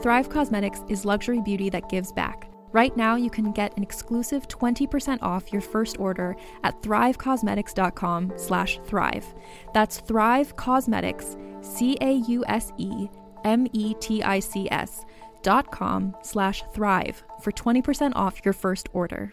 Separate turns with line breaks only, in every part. Thrive Cosmetics is luxury beauty that gives back. Right now, you can get an exclusive 20% off your first order at thrivecosmetics.com slash thrive. That's Thrive Cosmetics, E C-A-U-S-E-M-E-T-I-C-S dot com slash thrive for 20% off your first order.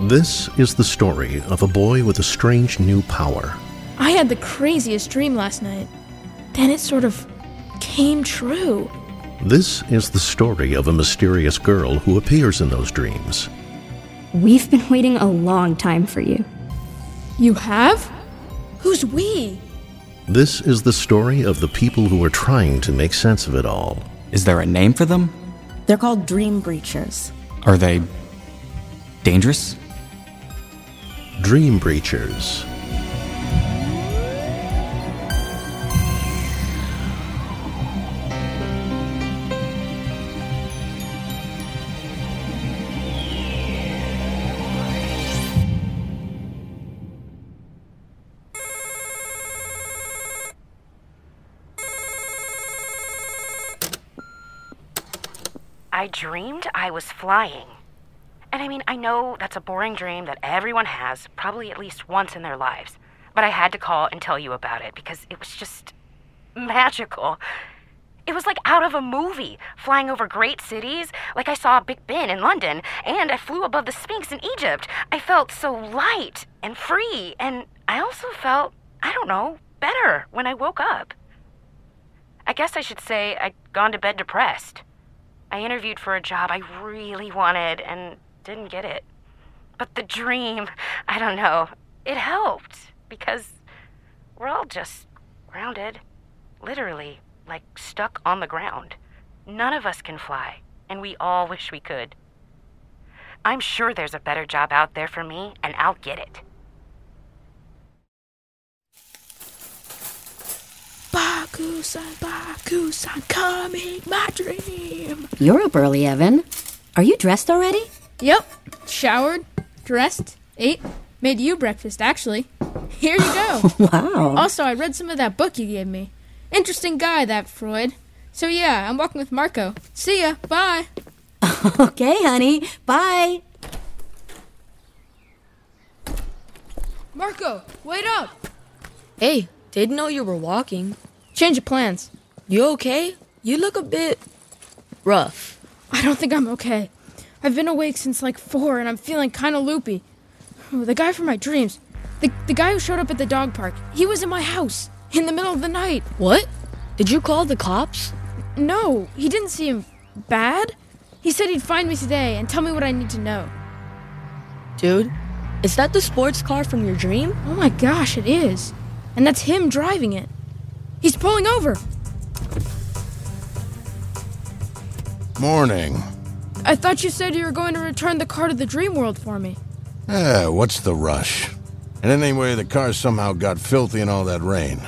This is the story of a boy with a strange new power.
I had the craziest dream last night. Then it sort of came true.
This is the story of a mysterious girl who appears in those dreams.
We've been waiting a long time for you.
You have? Who's we?
This is the story of the people who are trying to make sense of it all.
Is there a name for them?
They're called dream breachers.
Are they dangerous?
Dream Breachers.
I dreamed I was flying. And I mean, I know that's a boring dream that everyone has, probably at least once in their lives. But I had to call and tell you about it because it was just magical. It was like out of a movie, flying over great cities, like I saw Big Ben in London, and I flew above the Sphinx in Egypt. I felt so light and free, and I also felt, I don't know, better when I woke up. I guess I should say I'd gone to bed depressed. I interviewed for a job I really wanted and didn't get it. But the dream, I don't know, it helped because we're all just grounded. Literally, like stuck on the ground. None of us can fly, and we all wish we could. I'm sure there's a better job out there for me, and I'll get it.
Baku-san, Baku-san, coming, my dream.
You're up early, Evan. Are you dressed already?
Yep, showered, dressed, ate, made you breakfast, actually. Here you go.
Wow.
also, I read some of that book you gave me. Interesting guy, that Freud. So, yeah, I'm walking with Marco. See ya, bye.
Okay, honey. Bye.
Marco, wait up!
Hey, didn't know you were walking.
Change of plans.
You okay? You look a bit
Rough.
I don't think I'm okay. I've been awake since like four and I'm feeling kind of loopy. Oh, The guy from my dreams, the, the guy who showed up at the dog park, he was in my house in the middle of the night.
What? Did you call the cops?
No, he didn't seem bad. He said he'd find me today and tell me what I need to know.
Dude, is that the sports car from your dream?
Oh my gosh, it is. And that's him driving it. He's pulling over.
Morning.
I thought you said you were going to return the car to the dream world for me.
Ah, what's the rush? And anyway, the car somehow got filthy in all that rain.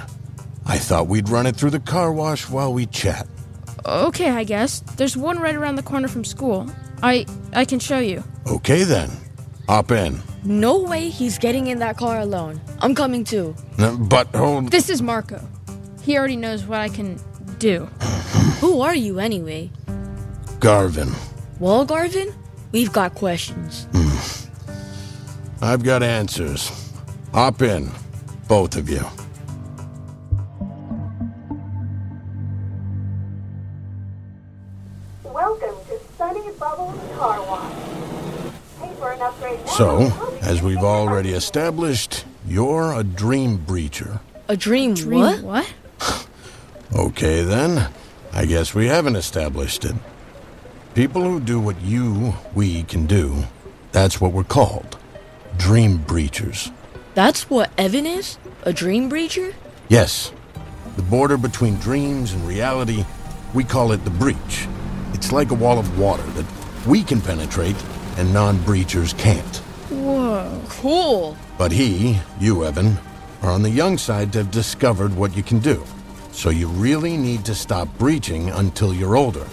I thought we'd run it through the car wash while we chat.
Okay, I guess. There's one right around the corner from school. I I can show you.
Okay then. Hop in.
No way he's getting in that car alone. I'm coming too.
N- But hold.
This is Marco. He already knows what I can do.
Who are you anyway?
Garvin.
Well, Garvin, we've got questions.
I've got answers. Hop in. Both of you.
Welcome to Sunny Bubbles Car Wash. Pay for an upgrade now.
So, as we've already established, you're a dream breacher.
A dream,
Dream
what?
what?
Okay then. I guess we haven't established it. People who do what you, we can do, that's what we're called. Dream breachers.
That's what Evan is? A dream breacher?
Yes, the border between dreams and reality, we call it the breach. It's like a wall of water that we can penetrate and non breachers can't.
Cool.
But he, you, Evan, are on the young side to have discovered what you can do. So you really need to stop breaching until you're older,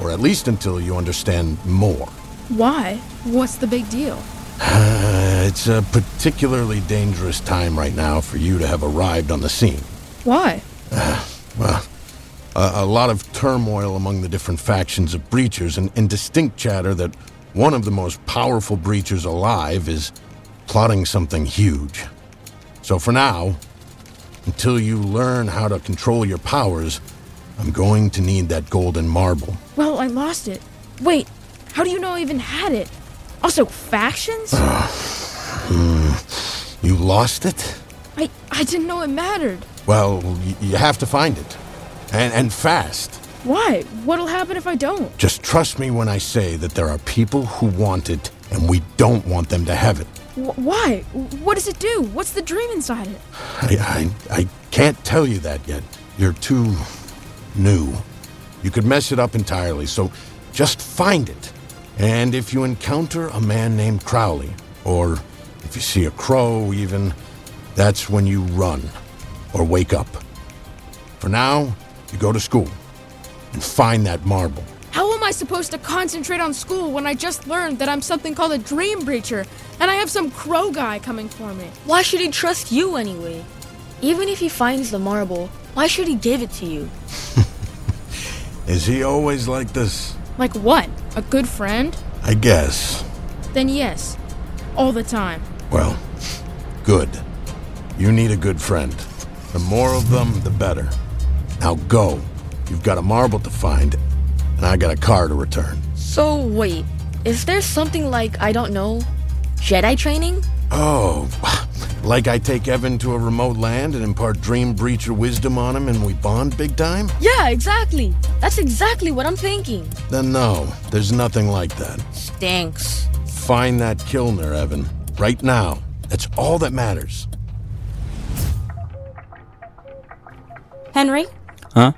or at least until you understand more.
Why? What's the big deal?
Uh, it's a particularly dangerous time right now for you to have arrived on the scene.
Why?
Well, a, a lot of turmoil among the different factions of breachers, and, and distinct chatter that one of the most powerful breachers alive is plotting something huge. So for now, until you learn how to control your powers, I'm going to need that golden marble.
Well, I lost it. Wait, how do you know I even had it? Also, factions?
Hmm. You lost it?
I I didn't know it mattered.
Well, y- you have to find it. And, and fast.
Why? What'll happen if I don't?
Just trust me when I say that there are people who want it, and we don't want them to have it.
Wh- why? What does it do? What's the dream inside it?
I, I, I can't tell you that yet. You're too new. You could mess it up entirely, so just find it. And if you encounter a man named Crowley, or if you see a crow, even, that's when you run or wake up. For now, you go to school and find that marble.
How am I supposed to concentrate on school when I just learned that I'm something called a dream breacher and I have some crow guy coming for me?
Why should he trust you anyway? Even if he finds the marble, why should he give it to you?
Is he always like this?
Like what? A good friend?
I guess.
Then yes. All the time.
Well, good. You need a good friend. The more of them, the better. Now go. You've got a marble to find, and I got a car to return.
So, wait, is there something like, I don't know, Jedi training?
Oh, like I take Evan to a remote land and impart dream breacher wisdom on him and we bond big time?
Yeah, exactly. That's exactly what I'm thinking.
Then no, there's nothing like that.
Stinks.
Find that Kilner, Evan. Right now. That's all that matters.
Henry?
Huh?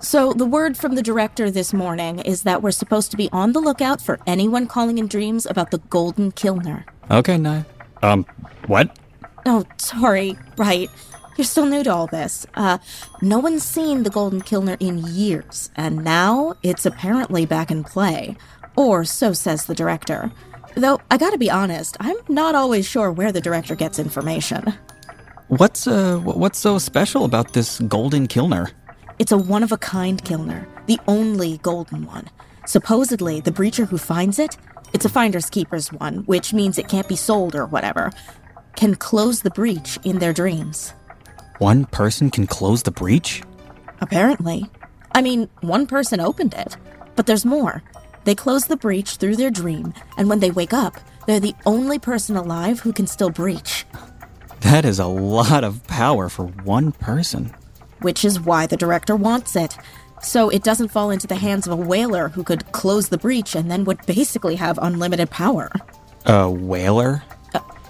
So, the word from the director this morning is that we're supposed to be on the lookout for anyone calling in dreams about the Golden Kilner.
Okay, no. Um, what?
Oh, sorry, right. You're still new to all this. Uh, no one's seen the Golden Kilner in years, and now it's apparently back in play. Or so says the director. Though, I gotta be honest, I'm not always sure where the director gets information.
What's uh, wh- what's so special about this golden kilner?
It's a one of a kind Kilner, the only golden one. Supposedly, the breacher who finds it, it's a finder's keeper's one, which means it can't be sold or whatever, can close the breach in their dreams.
One person can close the breach?
Apparently. I mean, one person opened it. But there's more. They close the breach through their dream, and when they wake up, they're the only person alive who can still breach.
That is a lot of power for one person.
which is why the director wants it. So it doesn't fall into the hands of a whaler who could close the breach and then would basically have unlimited power.
A whaler?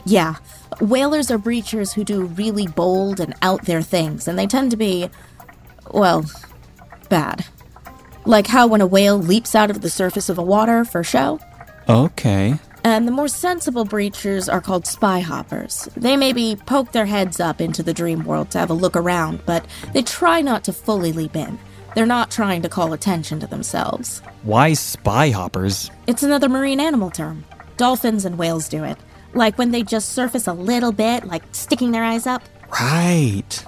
Yeah, whalers are breachers who do really bold and out there things, and they tend to be, well, bad. Like how when a whale leaps out of the surface of a water for show,
Okay.
and the more sensible breachers are called spy hoppers. They maybe poke their heads up into the dream world to have a look around, but they try not to fully leap in. They're not trying to call attention to themselves.
Why spy hoppers?
It's another marine animal term. Dolphins and whales do it. Like when they just surface a little bit, like sticking their eyes up.
Right.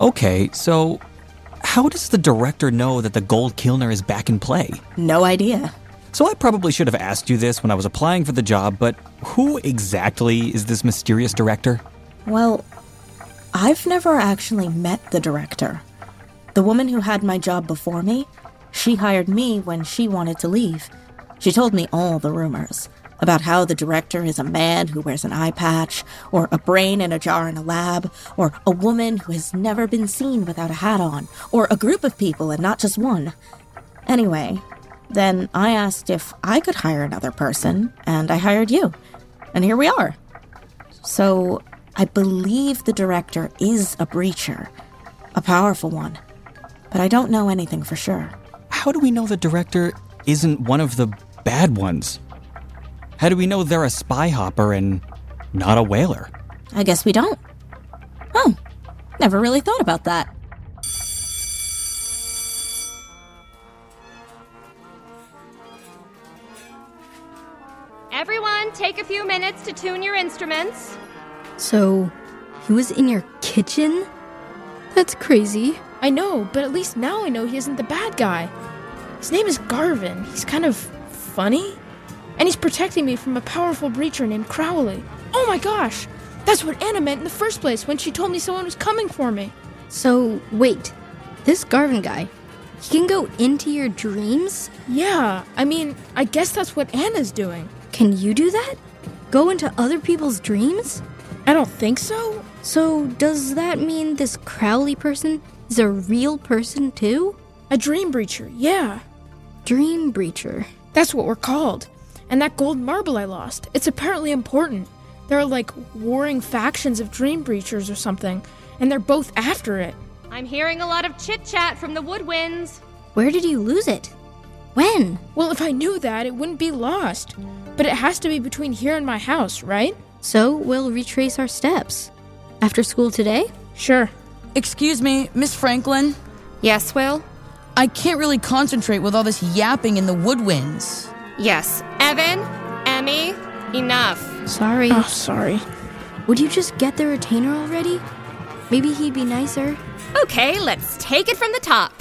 Okay, so how does the director know that the gold kilner is back in play?
No idea.
So I probably should have asked you this when I was applying for the job, but who exactly is this mysterious director?
Well, I've never actually met the director. The woman who had my job before me, she hired me when she wanted to leave. She told me all the rumors about how the director is a man who wears an eye patch, or a brain in a jar in a lab, or a woman who has never been seen without a hat on, or a group of people and not just one. Anyway, then I asked if I could hire another person, and I hired you. And here we are. So I believe the director is a breacher, a powerful one, but I don't know anything for sure.
How do we know the director isn't one of the bad ones? How do we know they're a spy hopper and not a whaler?
I guess we don't. Oh, never really thought about that.
Everyone, take a few minutes to tune your instruments.
So, he was in your kitchen? That's crazy.
I know, but at least now I know he isn't the bad guy. His name is Garvin. He's kind of funny. And he's protecting me from a powerful breacher named Crowley. Oh my gosh! That's what Anna meant in the first place when she told me someone was coming for me.
So, wait. This Garvin guy, he can go into your dreams?
Yeah, I mean, I guess that's what Anna's doing.
Can you do that? Go into other people's dreams?
I don't think so.
So, does that mean this Crowley person is a real person too?
A dream breacher, yeah.
Dream breacher.
That's what we're called. And that gold marble I lost, it's apparently important. There are like warring factions of dream breachers or something, and they're both after it.
I'm hearing a lot of chit chat from the woodwinds.
Where did you lose it? When?
Well, if I knew that, it wouldn't be lost. But it has to be between here and my house, right?
So, we'll retrace our steps. After school today?
Sure.
Excuse me, Miss Franklin?
Yes, Will?
I can't really concentrate with all this yapping in the woodwinds.
Yes. Evan? Emmy? Enough.
Sorry.
Oh, sorry.
Would you just get the retainer already? Maybe he'd be nicer.
Okay, let's take it from the top.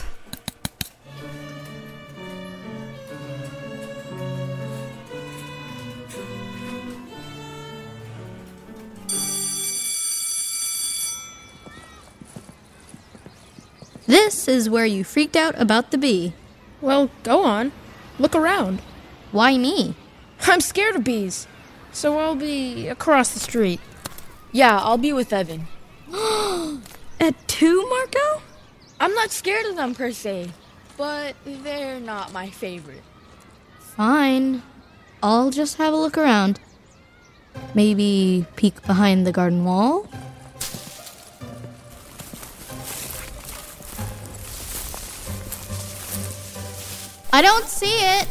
This is where you freaked out about the bee.
Well, go on. Look around.
Why me?
I'm scared of bees. So I'll be across the street.
Yeah, I'll be with Evan.
At two, Marco?
I'm not scared of them per se, but they're not my favorite.
Fine. I'll just have a look around. Maybe peek behind the garden wall?
I don't see it,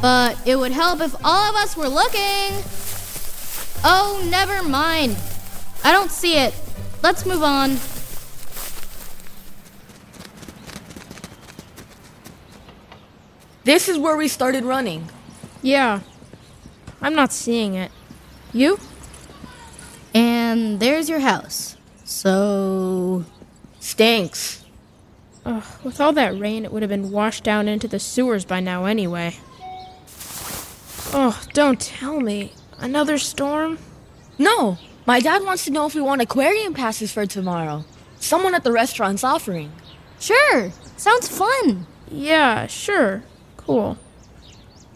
but it would help if all of us were looking. Oh, never mind. I don't see it. Let's move on.
This is where we started running.
Yeah. I'm not seeing it. You?
And there's your house. So.
Stinks.
Ugh, with all that rain, it would have been washed down into the sewers by now anyway. Oh, don't tell me. Another storm?
No, my dad wants to know if we want aquarium passes for tomorrow. Someone at the restaurant's offering.
Sure, sounds fun.
Yeah, sure. Cool.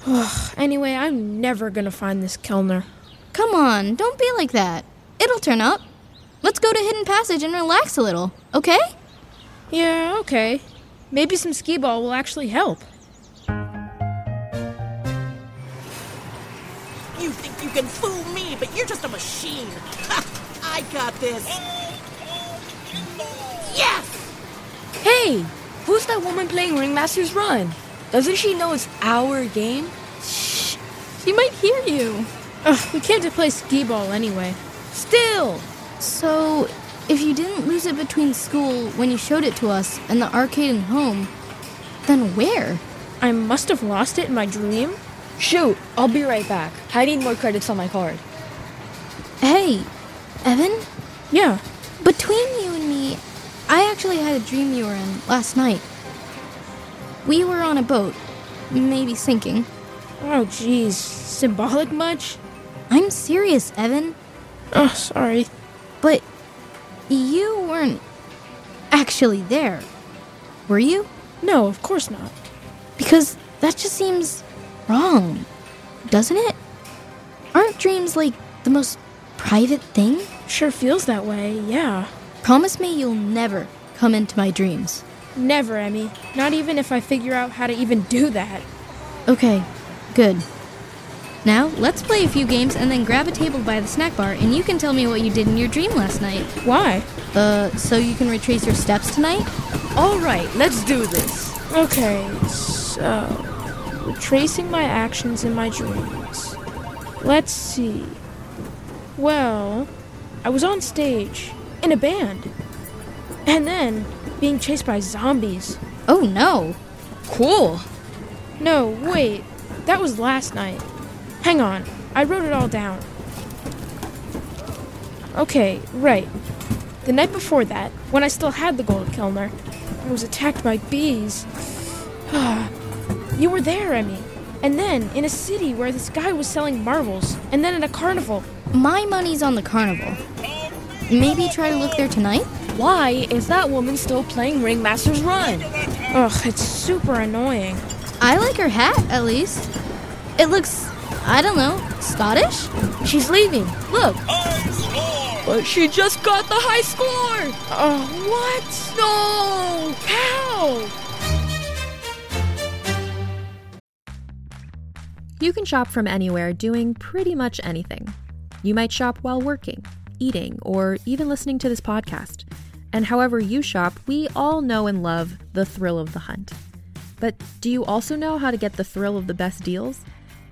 anyway, I'm never gonna find this Kellner.
Come on, don't be like that. It'll turn up. Let's go to Hidden Passage and relax a little, okay?
Yeah, okay. Maybe some skee ball will actually help.
You think you can fool me, but you're just a machine. Ha! I got this. Yes!
Hey, who's that woman playing Ringmaster's Run? Doesn't she know it's our game? Shh, she might hear you.
Ugh, we can't play skee ball anyway.
Still!
So, if you didn't lose it between school when you showed it to us and the arcade and home, then where?
I must have lost it in my dream.
Shoot, I'll be right back. I need more credits on my card.
Hey, Evan?
Yeah.
Between you and me, I actually had a dream you were in last night. We were on a boat, maybe sinking.
Oh, jeez. Symbolic much?
I'm serious, Evan.
Oh, sorry.
But you weren't actually there, were you?
No, of course not.
Because that just seems wrong, doesn't it? Aren't dreams like the most private thing?
Sure feels that way, yeah.
Promise me you'll never come into my dreams.
Never, Emmy. Not even if I figure out how to even do that.
Okay, good. Now, let's play a few games and then grab a table by the snack bar and you can tell me what you did in your dream last night.
Why?
Uh, so you can retrace your steps tonight?
Alright, let's do this.
Okay, so. Retracing my actions in my dreams. Let's see. Well, I was on stage, in a band, and then being chased by zombies.
Oh no. Cool.
No, wait. That was last night. Hang on. I wrote it all down. Okay, right. The night before that, when I still had the gold Kilner, I was attacked by bees. you were there, Emmy. And then, in a city where this guy was selling marbles, and then at a carnival.
My money's on the carnival. Maybe try to look there tonight?
Why is that woman still playing Ringmaster's Run?
Ugh, it's super annoying.
I like her hat, at least. It looks, I don't know, Scottish?
She's leaving. Look. But she just got the high score!
Oh, what? No! How?
You can shop from anywhere doing pretty much anything. You might shop while working, eating, or even listening to this podcast. And however you shop, we all know and love the thrill of the hunt. But do you also know how to get the thrill of the best deals?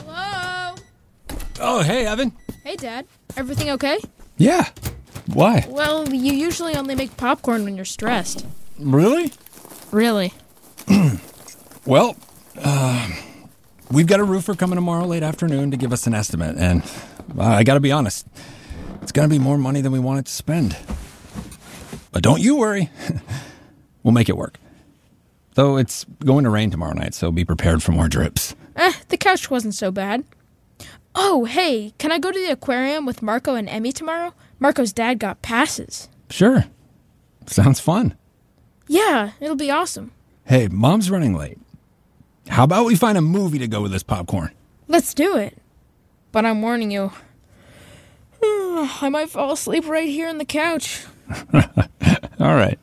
Hello?
Oh, hey, Evan.
Hey, Dad. Everything okay?
Yeah. Why?
Well, you usually only make popcorn when you're stressed.
Really?
Really?
Well, uh, we've got a roofer coming tomorrow late afternoon to give us an estimate, and uh, I got to be honest, it's going to be more money than we wanted to spend. But don't you worry, we'll make it work. Though it's going to rain tomorrow night, so be prepared for more drips.
Eh, the couch wasn't so bad. Oh, hey, can I go to the aquarium with Marco and Emmy tomorrow? Marco's dad got passes.
Sure. Sounds fun.
Yeah, it'll be awesome.
Hey, mom's running late. How about we find a movie to go with this popcorn?
Let's do it. But I'm warning you, I might fall asleep right here on the couch.
All right.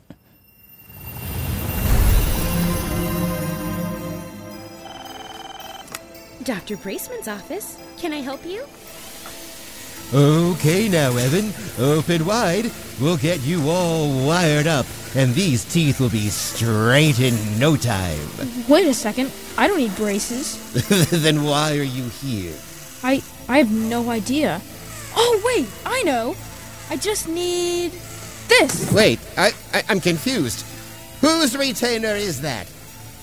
Dr. Braceman's office. Can I help you?
Okay, now, Evan, open wide. We'll get you all wired up, and these teeth will be straight in no time.
Wait a second, I don't need braces.
then why are you here?
I I have no idea. Oh wait, I know. I just need this.
Wait, I, I, I'm confused. Whose retainer is that?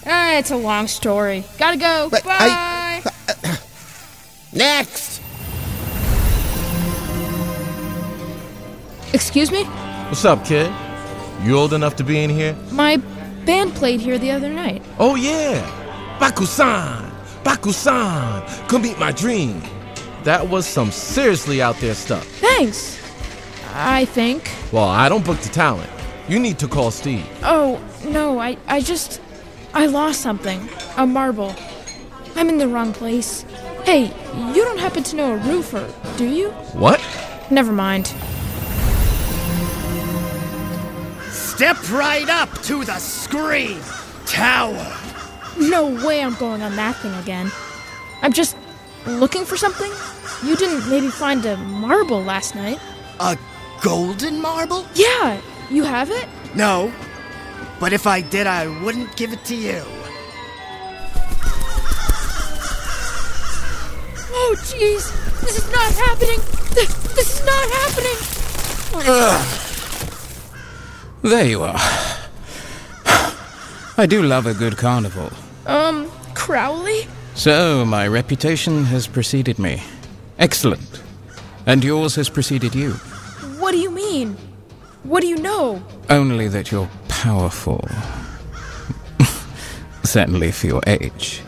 Ah, it's a long story. Gotta go. Bye.
Next!
Excuse me.
What's up, kid? You old enough to be in here?
My band played here the other night.
Oh, yeah! Bakusan! Bakusan! Come meet my dream! That was some seriously out there stuff.
Thanks. I think.
Well, I don't book the talent. You need to call Steve.
Oh no, I I just I lost something. A marble. I'm in the wrong place. Hey, you don't happen to know a roofer, do you?
What?
Never mind.
Step right up to the screen tower.
No way I'm going on that thing again. I'm just looking for something? You didn't maybe find a marble last night?
A golden marble?
Yeah, you have it?
No. But if I did, I wouldn't give it to you.
Oh jeez, this is not happening. Th- This is not happening.
There you are. I do love a good carnival.
Um, Crowley?
So, my reputation has preceded me. Excellent. And yours has preceded you.
What do you mean? What do you know?
Only that you're powerful. Certainly for your age.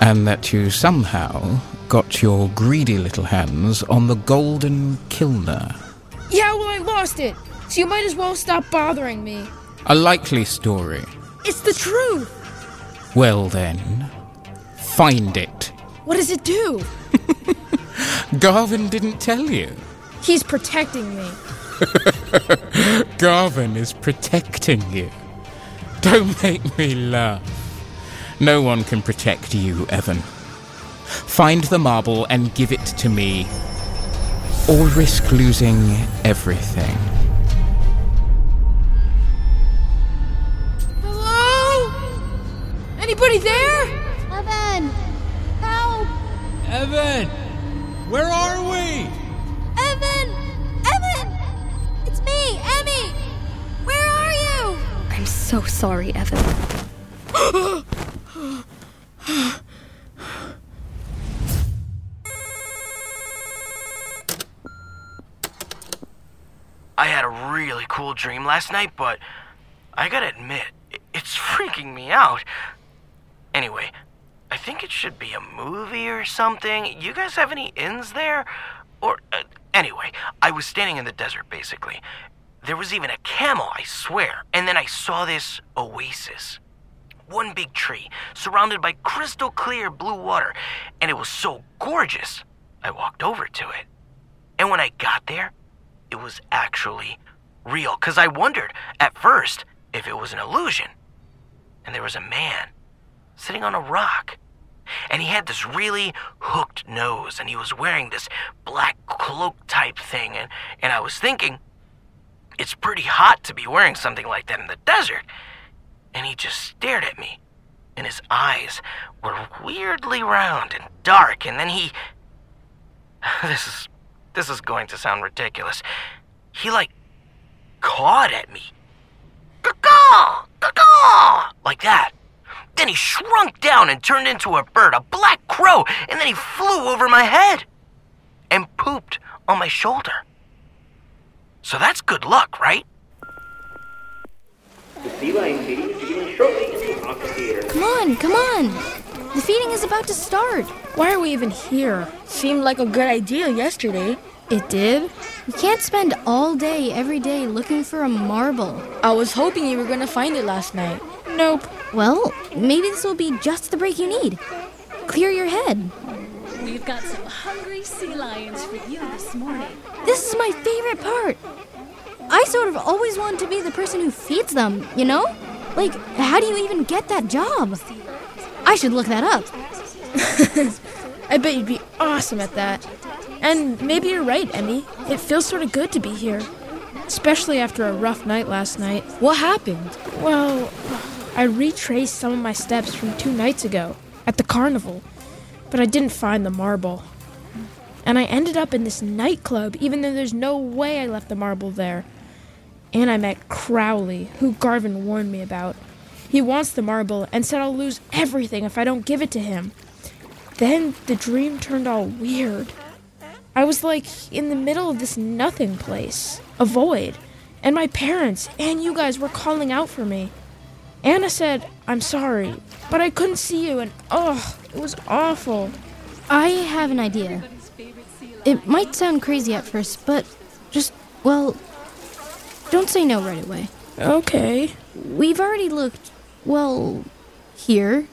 And that you somehow got your greedy little hands on the golden kilner.
Yeah, well, I lost it. So you might as well stop bothering me.
A likely story.
It's the truth.
Well then, find it.
What does it do?
Garvin didn't tell you.
He's protecting me.
Garvin is protecting you. Don't make me laugh. No one can protect you, Evan. Find the marble and give it to me, or risk losing everything.
Hello? Anybody there?
Evan! Help!
Evan! Where are we?
Evan! Evan! It's me, Emmy! Where are you?
I'm so sorry, Evan.
I had a really cool dream last night, but I gotta admit, i- it's freaking me out. Anyway, I think it should be a movie or something. You guys have any ins there? Or, uh, anyway, I was standing in the desert basically. There was even a camel, I swear. And then I saw this oasis. One big tree, surrounded by crystal clear blue water, and it was so gorgeous. I walked over to it. And when I got there, it was actually real, because I wondered at first if it was an illusion. And there was a man sitting on a rock. And he had this really hooked nose, and he was wearing this black cloak type thing. And, and I was thinking, it's pretty hot to be wearing something like that in the desert. And he just stared at me, and his eyes were weirdly round and dark. And then he. This is this is going to sound ridiculous. He like cawed at me. Caw, caw, like that. Then he shrunk down and turned into a bird, a black crow, and then he flew over my head and pooped on my shoulder. So that's good luck, right?
Come on, come on! The feeding is about to start.
Why are we even here? Seemed like a good idea yesterday.
It did? You can't spend all day, every day, looking for a marble.
I was hoping you were gonna find it last night.
Nope.
Well, maybe this will be just the break you need. Clear your head.
We've got some hungry sea lions for you this morning.
This is my favorite part. I sort of always wanted to be the person who feeds them, you know? Like, how do you even get that job? I should look that up.
I bet you'd be awesome at that. And maybe you're right, Emmy. It feels sort of good to be here. Especially after a rough night last night.
What happened?
Well, I retraced some of my steps from two nights ago at the carnival, but I didn't find the marble. And I ended up in this nightclub, even though there's no way I left the marble there. And I met Crowley, who Garvin warned me about. He wants the marble and said I'll lose everything if I don't give it to him. Then the dream turned all weird. I was like in the middle of this nothing place, a void, and my parents and you guys were calling out for me. Anna said, I'm sorry, but I couldn't see you, and oh, it was awful.
I have an idea. It might sound crazy at first, but just, well, don't say no right away.
Okay.
We've already looked, well, here.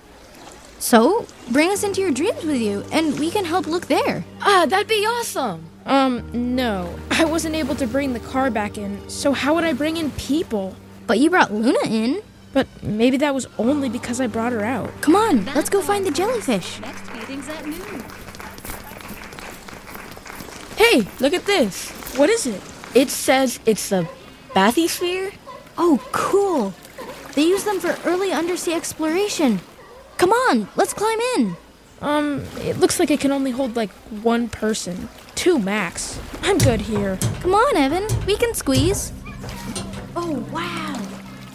So, bring us into your dreams with you, and we can help look there.
Ah, that'd be awesome.
Um, no. I wasn't able to bring the car back in, so how would I bring in people?
But you brought Luna in.
But maybe that was only because I brought her out.
Come on, let's go find the jellyfish.
Next meeting's at noon.
Hey, look at this.
What is it?
It says it's the bathysphere?
Oh, cool. They use them for early undersea exploration. Come on, let's climb in.
Um, it looks like it can only hold like one person. Two max. I'm good here.
Come on, Evan. We can squeeze. Oh, wow.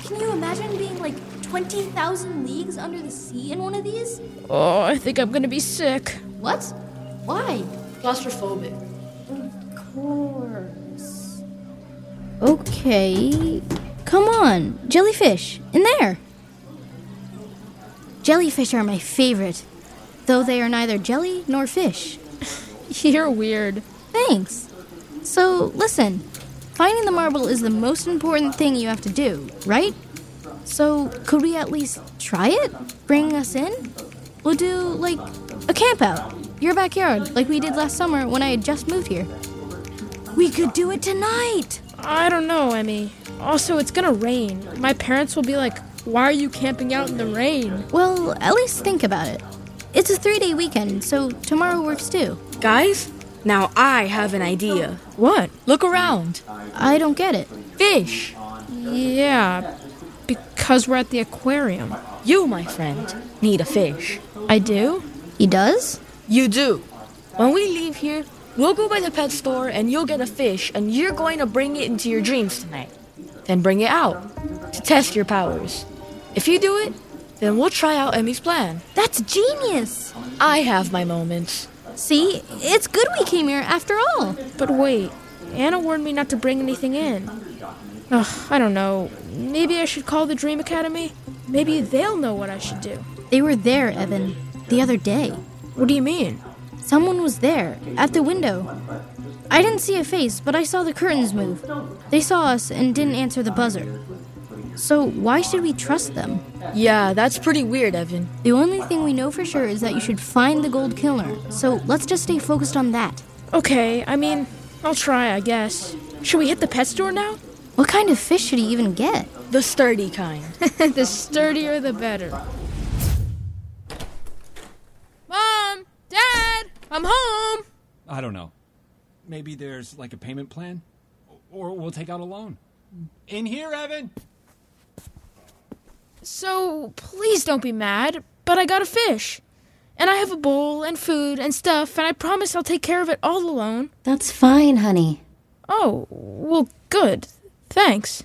Can you imagine being like 20,000 leagues under the sea in one of these?
Oh, I think I'm gonna be sick.
What? Why? Mm.
Claustrophobic.
Of course. Okay. Come on. Jellyfish. In there. Jellyfish are my favorite, though they are neither jelly nor fish.
You're weird.
Thanks. So, listen, finding the marble is the most important thing you have to do, right? So, could we at least try it? Bring us in? We'll do, like, a camp out, your backyard, like we did last summer when I had just moved here. We could do it tonight!
I don't know, Emmy. Also, it's gonna rain. My parents will be like, why are you camping out in the rain?
Well, at least think about it. It's a three day weekend, so tomorrow works too.
Guys, now I have an idea.
What?
Look around.
I don't get it.
Fish!
Yeah, because we're at the aquarium.
You, my friend, need a fish.
I do?
He does?
You do. When we leave here, we'll go by the pet store and you'll get a fish, and you're going to bring it into your dreams tonight. Then bring it out to test your powers. If you do it, then we'll try out Emmy's plan.
That's genius!
I have my moments.
See, it's good we came here after all.
But wait, Anna warned me not to bring anything in. Ugh, I don't know. Maybe I should call the Dream Academy? Maybe they'll know what I should do.
They were there, Evan, the other day.
What do you mean?
Someone was there, at the window. I didn't see a face, but I saw the curtains move. They saw us and didn't answer the buzzer. So, why should we trust them?
Yeah, that's pretty weird, Evan.
The only thing we know for sure is that you should find the gold kilner, so let's just stay focused on that.
Okay, I mean, I'll try, I guess. Should we hit the pet store now?
What kind of fish should he even get?
The sturdy kind.
the sturdier the better.
Mom! Dad! I'm home!
I don't know. Maybe there's like a payment plan? Or we'll take out a loan. In here, Evan!
So please don't be mad, but I got a fish. And I have a bowl and food and stuff, and I promise I'll take care of it all alone.
That's fine, honey.
Oh, well, good. Thanks.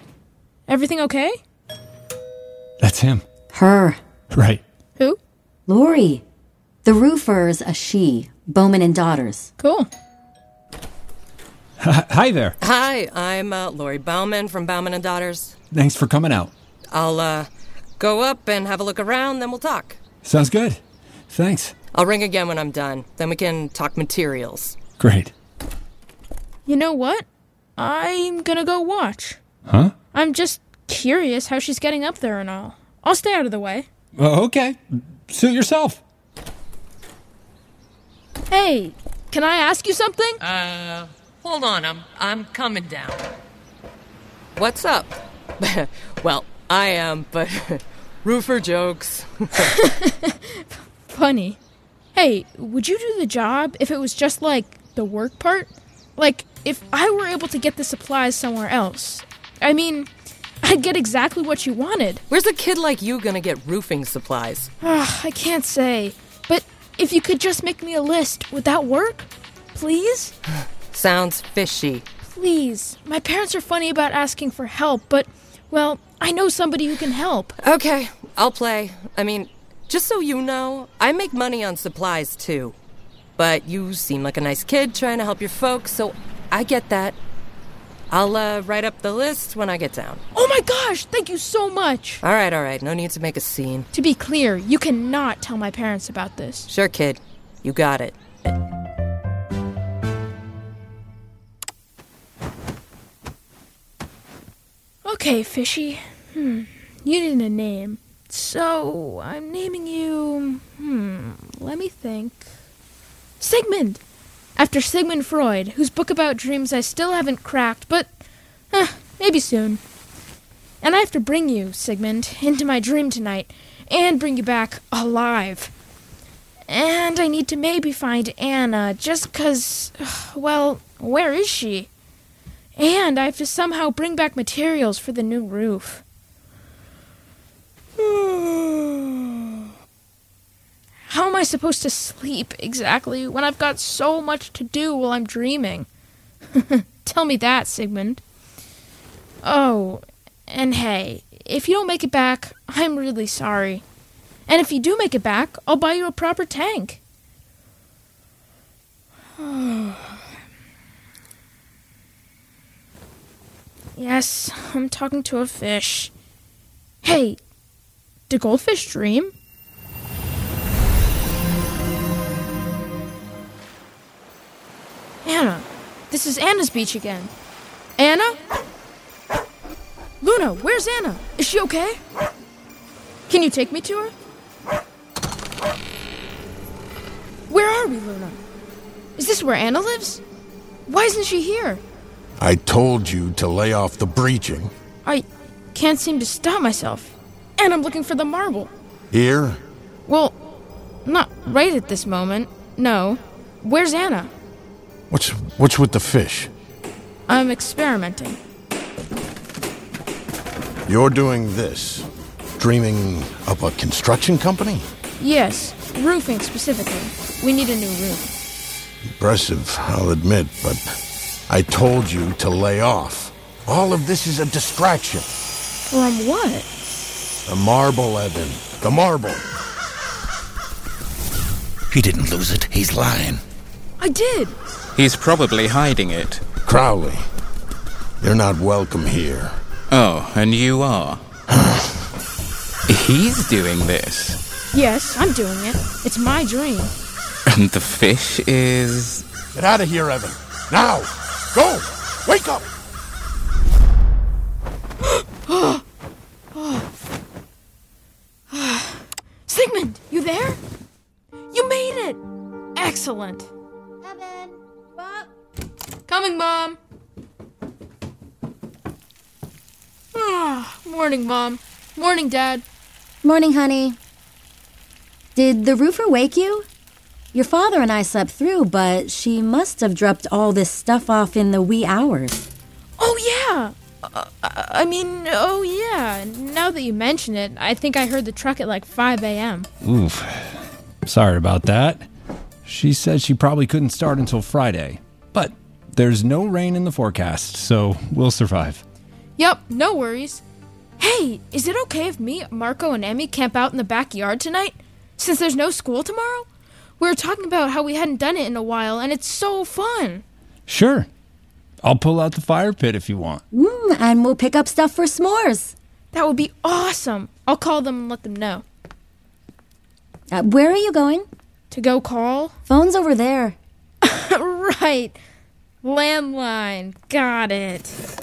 Everything okay?
That's him.
Her.
Right.
Who?
Lori. The roofer's a she, Bowman and Daughters.
Cool.
Hi there.
Hi, I'm uh, Lori Bowman from Bowman and Daughters.
Thanks for coming out.
I'll, uh, go up and have a look around, then we'll talk.
Sounds good. Thanks.
I'll ring again when I'm done. Then we can talk materials.
Great.
You know what? I'm gonna go watch.
Huh?
I'm just curious how she's getting up there and all. I'll stay out of the way.
Oh, okay. Suit yourself.
Hey, can I ask you something?
Uh, hold on. I'm I'm coming down. What's up? well, I am, but roofer jokes.
Funny. Hey, would you do the job if it was just like the work part? Like, if I were able to get the supplies somewhere else? I mean, I'd get exactly what you wanted.
Where's a kid like you gonna get roofing supplies?
Ugh, I can't say. But if you could just make me a list, would that work? Please?
Sounds fishy.
Please. My parents are funny about asking for help, but, well, I know somebody who can help.
Okay, I'll play. I mean, just so you know, I make money on supplies too. But you seem like a nice kid trying to help your folks, so I get that. I'll uh, write up the list when I get down.
Oh my gosh, thank you so much!
All right, all right, no need to make a scene.
To be clear, you cannot tell my parents about this.
Sure, kid. You got it.
Okay, Fishy. Hmm. You need a name. So, I'm naming you. Hmm.
Mm.
Let me think. Sigmund! After Sigmund Freud, whose book about dreams I still haven't cracked, but. Eh, maybe soon. And I have to bring you, Sigmund, into my dream tonight, and bring you back alive. And I need to maybe find Anna, just 'cause. Well, where is she? And I have to somehow bring back materials for the new roof. How am I supposed to sleep exactly when I've got so much to do while I'm dreaming? Tell me that, Sigmund. Oh, and hey, if you don't make it back, I'm really sorry. And if you do make it back, I'll buy you a proper tank. Yes, I'm talking to a fish. Hey, do goldfish dream? Anna, this is Anna's beach again. Anna? Luna, where's Anna? Is she okay? Can you take me to her? Where are we, Luna? Is this where Anna lives? Why isn't she here?
I told you to lay off the breaching.
I can't seem to stop myself. And I'm looking for the marble.
Here?
Well, not right at this moment. No. Where's Anna?
What's what's with the fish?
I'm experimenting.
You're doing this. Dreaming of a construction company?
Yes, roofing specifically. We need a new roof.
Impressive, I'll admit, but I told you to lay off. All of this is a distraction.
From what?
The marble, Evan. The marble.
He didn't lose it. He's lying.
I did.
He's probably hiding it.
Crowley, you're not welcome here.
Oh, and you are. He's doing this.
Yes, I'm doing it. It's my dream.
And the fish is.
Get out of here, Evan. Now! Go! Wake up!
Sigmund, you there? You made it! Excellent. Coming, Mom. Ah, morning, Mom. Morning, Dad.
Morning, honey. Did the roofer wake you? Your father and I slept through, but she must have dropped all this stuff off in the wee hours.
Oh, yeah. Uh, I mean, oh, yeah. Now that you mention it, I think I heard the truck at like 5 a.m.
Oof. Sorry about that. She said she probably couldn't start until Friday, but there's no rain in the forecast, so we'll survive.
Yep, no worries. Hey, is it okay if me, Marco, and Emmy camp out in the backyard tonight? Since there's no school tomorrow? We were talking about how we hadn't done it in a while, and it's so fun.
Sure. I'll pull out the fire pit if you want.
Mm, and we'll pick up stuff for s'mores.
That would be awesome. I'll call them and let them know.
Uh, where are you going?
To go call?
Phone's over there.
right. Landline. Got it.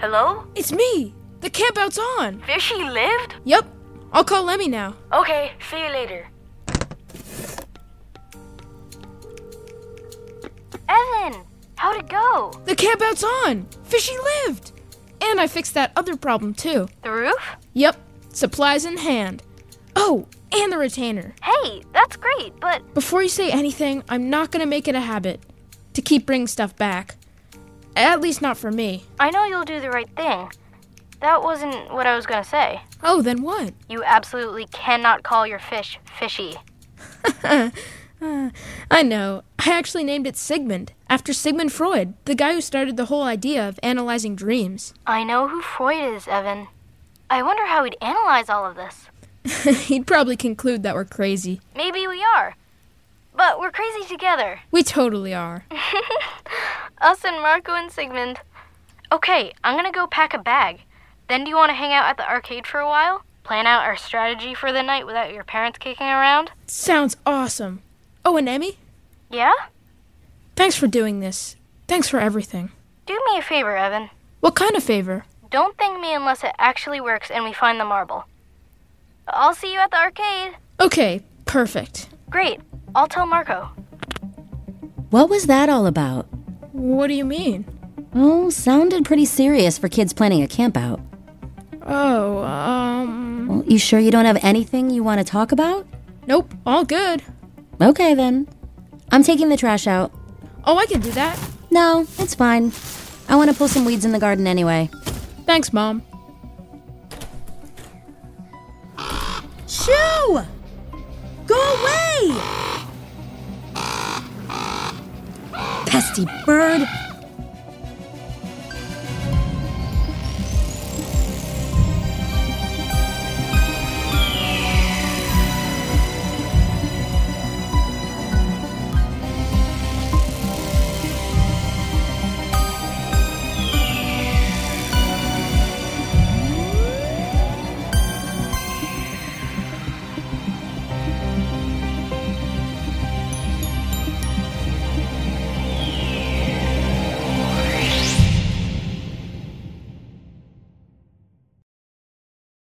Hello?
It's me. The campout's on.
Fishy lived?
Yep. I'll call Lemmy now.
Okay, see you later. Evan, how'd it go?
The campout's on. Fishy lived. And I fixed that other problem too.
The roof?
Yep. Supplies in hand. Oh, and the retainer.
Hey, that's great, but
Before you say anything, I'm not gonna make it a habit to keep bringing stuff back. At least not for me.
I know you'll do the right thing. That wasn't what I was gonna say.
Oh, then what?
You absolutely cannot call your fish fishy.
Uh, I know. I actually named it Sigmund, after Sigmund Freud, the guy who started the whole idea of analyzing dreams.
I know who Freud is, Evan. I wonder how he'd analyze all of this.
He'd probably conclude that we're crazy.
Maybe we are. But we're crazy together.
We totally are.
Us and Marco and Sigmund. Okay, I'm gonna go pack a bag. Then do you wanna hang out at the arcade for a while? Plan out our strategy for the night without your parents kicking around?
Sounds awesome. Oh, and Emmy?
Yeah?
Thanks for doing this. Thanks for everything.
Do me a favor, Evan.
What kind of favor?
Don't thank me unless it actually works and we find the marble. I'll see you at the arcade.
Okay, perfect.
Great. I'll tell Marco.
What was that all about?
What do you mean?
Oh, sounded pretty serious for kids planning a campout.
Oh, um.
Well, you sure you don't have anything you want to talk about?
Nope, all good.
Okay then. I'm taking the trash out.
Oh, I can do that.
No, it's fine. I want to pull some weeds in the garden anyway.
Thanks, Mom.
Shoo! Go away!
Pesty bird!